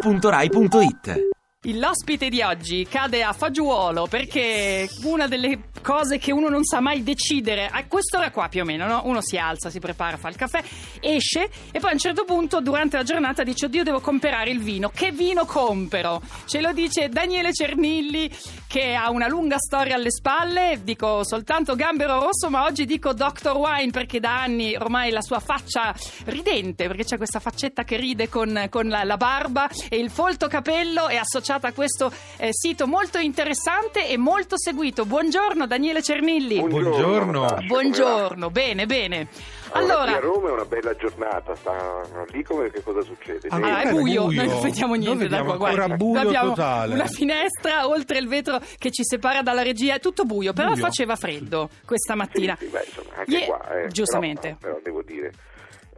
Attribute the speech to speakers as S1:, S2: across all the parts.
S1: radio2pod.rai.it
S2: L'ospite di oggi cade a fagiolo perché una delle cose che uno non sa mai decidere a quest'ora qua più o meno, no? uno si alza, si prepara, fa il caffè, esce e poi a un certo punto durante la giornata dice oddio devo comprare il vino, che vino compro? Ce lo dice Daniele Cernilli che ha una lunga storia alle spalle, dico soltanto Gambero Rosso ma oggi dico Dr. Wine perché da anni ormai la sua faccia ridente perché c'è questa faccetta che ride con, con la, la barba e il folto capello è associata a questo eh, sito molto interessante e molto seguito. Buongiorno Daniele Cernilli.
S3: Buongiorno.
S2: Buongiorno,
S3: Natascia,
S2: bene, bene.
S4: come va? Allora, qui
S2: Allora,
S4: a Roma è una bella giornata, sta lì come che cosa succede?
S3: Ah,
S4: Sì.
S2: Ah, è
S3: Eh,
S2: buio,
S3: buio.
S2: noi non vediamo
S3: Noi
S2: niente da
S3: vediamo
S2: qua.
S3: ancora
S2: guardi.
S3: buio
S2: Noi abbiamo
S3: totale.
S2: una finestra oltre il vetro che ci separa dalla regia, è tutto buio, però
S3: Buio.
S2: faceva freddo questa
S4: Sì,
S2: mattina.
S4: sì, beh, insomma, anche
S2: Ie-
S4: qua, eh,
S2: giustamente.
S4: Però, però devo dire,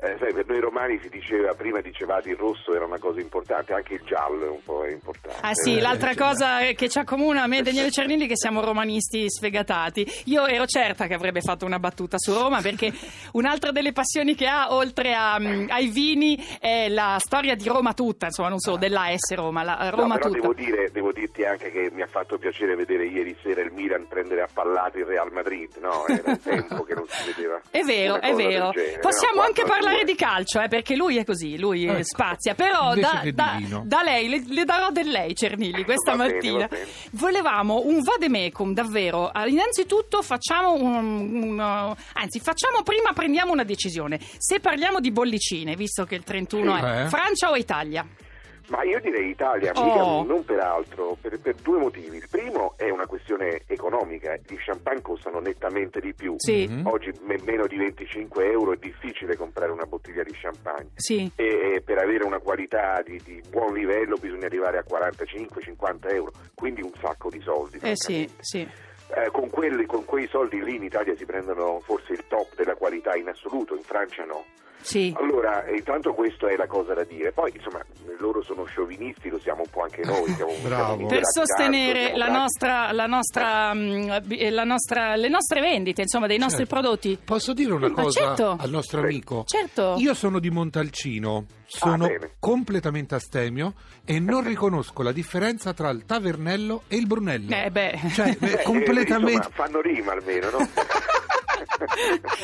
S4: eh, sai, per noi romani si diceva, prima dicevate il rosso era una cosa importante, anche il giallo è un po' importante.
S2: Ah sì,
S4: Eh,
S2: l'altra
S4: insomma.
S2: cosa che ci accomuna a me e Daniele Cernilli è che siamo romanisti sfegatati. Io ero certa che avrebbe fatto una battuta su Roma perché un'altra delle passioni che ha, oltre a, mm, ai vini, è la storia di Roma tutta, insomma non solo della S Roma, la
S4: No,
S2: Roma
S4: però
S2: tutta.
S4: devo, dire, devo dirti anche che mi ha fatto piacere vedere ieri sera il Milan prendere a pallate il Real Madrid, no? Era un tempo che non si vedeva.
S2: È vero,
S4: una
S2: è
S4: cosa del
S2: vero.
S4: genere, no?
S2: Possiamo anche
S4: 4 a 2.
S2: parlare di calcio, eh, perché lui è così, lui eh,
S3: Ecco.
S2: spazia. Però
S3: Invece
S2: da,
S3: che di
S2: da-
S3: vino.
S2: da lei le, le darò del lei, Cernilli, questa
S4: Va bene, va
S2: mattina.
S4: bene.
S2: Volevamo un vademecum, davvero. Ah, Innanzitutto facciamo un, un- uh, Anzi, facciamo prima, prendiamo una decisione. Se parliamo di bollicine, visto che il 31
S3: Sì.
S2: è
S3: Eh.
S2: Francia o Italia?
S4: Ma io direi Italia,
S2: Oh.
S4: mica non per altro, per, per due motivi. Il primo è una questione economica, i champagne costano nettamente di più.
S2: Sì,
S3: Mhm.
S4: Oggi me- meno di 25 euro è difficile comprare una bottiglia di champagne
S2: sì.
S4: e e per avere una qualità di, di buon livello bisogna arrivare a 45-50 euro, quindi un sacco di soldi.
S2: Eh
S4: francamente.
S2: sì, sì.
S4: Eh, con, quelli- con quei soldi lì in Italia si prendono forse il top della qualità in assoluto, in Francia no.
S2: sì.
S4: Allora, eh, intanto questa è la cosa da dire. Poi, insomma, loro sono sciovinisti, lo siamo un po' anche noi. Siamo
S3: Bravo.
S4: siamo
S2: per
S4: liberati
S2: sostenere
S4: tanto,
S2: la
S4: siamo
S2: nostra, la nostra, mh, bi- eh, la nostra- le nostre vendite, insomma, dei nostri
S3: Certo.
S2: prodotti.
S3: Posso dire una
S2: Ma
S3: cosa
S2: certo.
S3: al nostro
S4: Sì. Ah,
S3: amico?
S2: Certo.
S3: Io sono di Montalcino, sono
S4: bene.
S3: completamente astemio e non riconosco la differenza tra il tavernello e il brunello.
S2: Eh, beh.
S3: Cioè,
S4: bravi.
S3: beh,
S4: Eh,
S3: completamente...
S4: insomma, fanno rima almeno, no?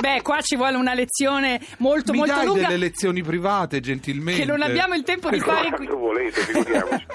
S2: Beh, qua ci vuole una lezione molto
S3: Mi
S2: molto
S3: dai
S2: lunga
S3: delle lezioni private, gentilmente.
S2: che non abbiamo il tempo
S4: Ecco,
S2: di fare qui.
S4: Quando volete, figuriamoci.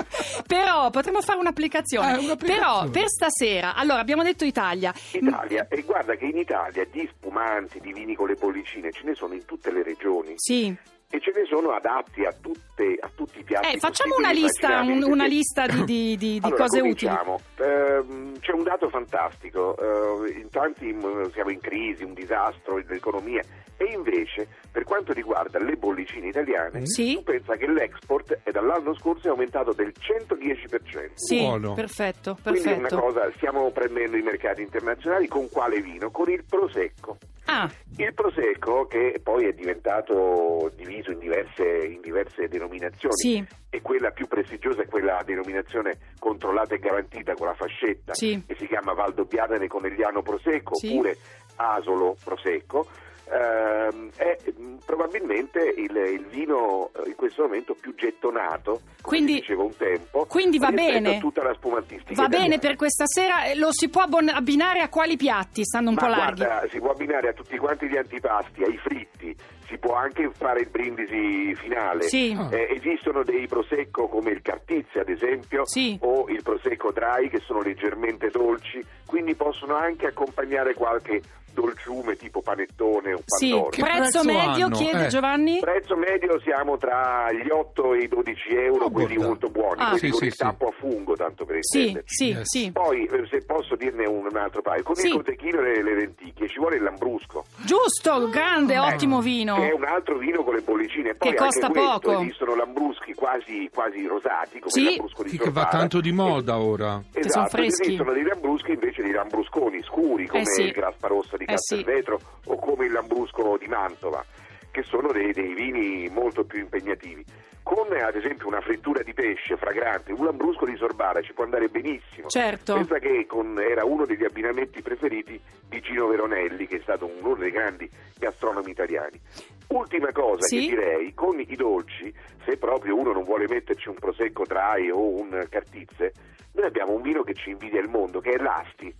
S2: Però potremmo fare un'applicazione.
S3: Eh, un'applicazione.
S2: Però per stasera, allora abbiamo detto Italia.
S4: Italia, e guarda che in Italia di spumanti, di vini con le bollicine, ce ne sono in tutte le regioni
S2: Sì.
S4: e ce ne sono adatti a, tutte, a tutti i piatti.
S2: Eh, facciamo una
S4: possibili e
S2: lista,
S4: immaginabili,
S2: un- una
S4: perché-
S2: lista di, di- di- di
S4: Allora,
S2: cose utili.
S4: cominciamo. Ehm, c'è un dato fantastico, eh, in tanti mm, siamo in crisi, un disastro dell'economia e invece per quanto riguarda le bollicine italiane
S2: Sì.
S4: tu pensa che l'export è dall'anno scorso è aumentato del 110%.
S2: Sì,
S3: Buono.
S2: perfetto,
S4: Quindi è una
S2: perfetto.
S4: cosa, stiamo prendendo i mercati internazionali con quale vino? Con il prosecco.
S2: Ah,
S4: Il prosecco che poi è diventato diviso in diverse, in diverse denominazioni
S2: sì,
S4: e quella più prestigiosa è quella denominazione controllata e garantita con la fascetta
S2: Sì.
S4: che si chiama Valdobbiadene Conegliano Prosecco
S2: Sì.
S4: oppure Asolo Prosecco ehm, è mm, probabilmente il, il vino eh, in questo momento più gettonato come
S2: Quindi-
S4: si diceva un tempo
S2: quindi va
S4: rispetto a
S2: bene.
S4: tutta la spumantistica
S2: va bene
S4: italiana.
S2: per questa sera. eh, Lo si può abbon- abbinare a quali piatti? Stanno un
S4: Ma
S2: po' larghi.
S4: guarda, si può abbinare a tutti quanti gli antipasti, ai fritti, si può anche fare il brindisi finale.
S2: Sì.
S3: Ah.
S4: Eh, esistono dei prosecco come il cartizia, ad esempio,
S2: Sì.
S4: o il prosecco dry che sono leggermente dolci, quindi possono anche accompagnare qualche dolciume tipo panettone o
S2: Sì,
S4: pandoro.
S3: Che
S2: prezzo
S3: prezzo
S2: medio
S3: hanno?
S2: chiede
S3: Eh.
S2: Giovanni?
S4: Il prezzo medio siamo tra gli 8 e i 12 euro,
S3: Oh,
S4: quelli
S3: guarda.
S4: molto buoni,
S2: Ah.
S4: quelli
S3: Sì,
S4: con
S3: sì,
S4: il
S3: sì.
S4: tappo a fungo, tanto per
S2: Sì,
S4: intenderci.
S2: sì,
S3: Yes.
S2: sì.
S4: Poi, eh, se posso dirne un, un altro paio, con
S2: Sì.
S4: il cotechino e le, le lenticchie ci vuole il lambrusco.
S2: Giusto, grande, ottimo vino.
S4: Mm. Eh, Che è un altro vino con le bollicine. Poi
S2: Che
S4: anche
S2: costa
S4: questo,
S2: poco.
S4: Esistono lambruschi quasi, quasi rosati, come
S2: Sì.
S4: il lambrusco di
S3: Sì, che va
S4: Sorvara.
S3: tanto di moda ora.
S4: Esatto,
S2: sono freschi. Eh
S4: esistono dei lambruschi invece dei lambrusconi scuri, come
S2: sì.
S4: il grappa rossa di
S2: Eh sì.
S4: Castelvetro o come il lambrusco di Mantova, che sono dei, dei vini molto più impegnativi. Con ad esempio una frittura di pesce fragrante, un lambrusco di Sorbara ci può andare benissimo.
S2: Certo.
S4: Pensa che con- era uno degli abbinamenti preferiti di Gino Veronelli, che è stato uno dei grandi gastronomi italiani. Ultima cosa
S2: Sì?
S4: che direi, con i dolci, se proprio uno non vuole metterci un prosecco dry o un cartizze, noi abbiamo un vino che ci invidia il mondo, che è l'Asti.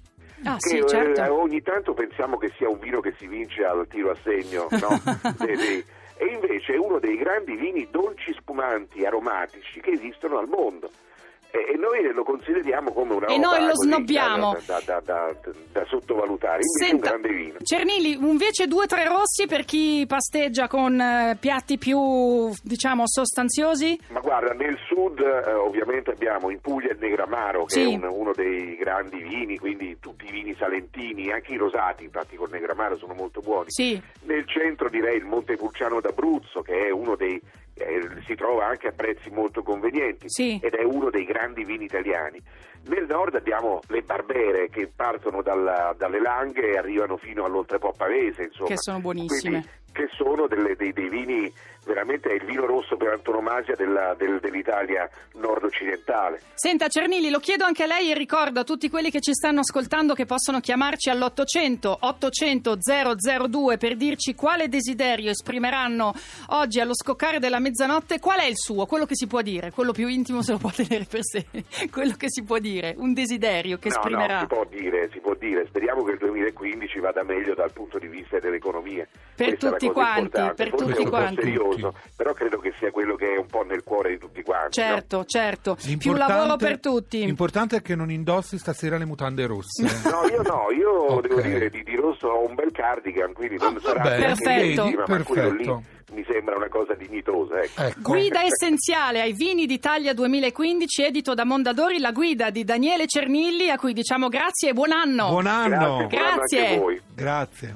S2: Ah,
S4: che
S2: sì,
S4: eh,
S2: certo.
S4: ogni tanto pensiamo che sia un vino che si vince al tiro a segno, no? Dei- dei- e invece è uno dei grandi vini dolci spumanti, aromatici che esistono al mondo. E, e noi lo consideriamo come una
S2: E
S4: roba
S2: noi lo
S4: così,
S2: snobbiamo.
S4: Da, da- da- da- da sottovalutare, invece
S2: Senta,
S4: è un grande vino.
S2: Cernili, invece due o tre rossi per chi pasteggia con eh, piatti più, diciamo, sostanziosi?
S4: Ma guarda, nel sud eh, ovviamente abbiamo in Puglia il Negramaro, che
S2: Sì.
S4: è un- uno dei grandi vini, quindi tutti i vini salentini, anche i rosati infatti col Negramaro sono molto buoni.
S2: Sì,
S4: Nel centro direi il Montepulciano d'Abruzzo, che è uno dei eh, si trova anche a prezzi molto convenienti
S2: Sì.
S4: ed è uno dei grandi vini italiani. Nel nord abbiamo le barbere che partono dalla- dalle Langhe e arrivano fino all'Oltrepo Pavese, insomma.
S2: che sono
S4: Quindi,
S2: buonissime.
S4: che sono delle- dei, dei vini, veramente è il vino rosso per antonomasia della- del- dell'Italia nord-occidentale.
S2: Senta Cernili, lo chiedo anche a lei e ricordo a tutti quelli che ci stanno ascoltando che possono chiamarci all'800 800 002 per dirci quale desiderio esprimeranno oggi allo scoccare della mezzanotte. Qual è il suo? Quello che si può dire, quello più intimo se lo può tenere per sé. Quello che si può dire, un desiderio che
S4: no,
S2: esprimerà.
S4: no, si può dire, si può dire. Speriamo che il 2015 vada meglio dal punto di vista dell'economia.
S2: Per
S4: Questa è la
S2: tutti
S4: cosa
S2: quanti,
S4: importante.
S2: per
S4: Forse
S2: tutti
S4: è un
S2: quanti.
S4: po' serioso, però credo che sia quello che è un po' nel cuore di tutti quanti. no?
S2: Certo, certo. Più lavoro per tutti.
S3: L'importante è che non indossi stasera le mutande rosse.
S4: No, io no, io
S3: Ok.
S4: devo dire di, di rosso ho un bel cardigan, quindi non
S3: Ah,
S4: sarà
S3: vabbè,
S4: neanche
S2: perfetto.
S4: bellissima, ma quello lì
S3: Perfetto.
S4: mi sembra una cosa dignitosa. Ecco.
S3: Ecco.
S2: Guida essenziale ai vini d'Italia 2015, edito da Mondadori, la guida di Daniele Cernilli, a cui diciamo grazie e buon anno.
S3: Buon anno.
S4: Grazie, buon anno anche
S2: Grazie.
S4: a voi.
S3: Grazie.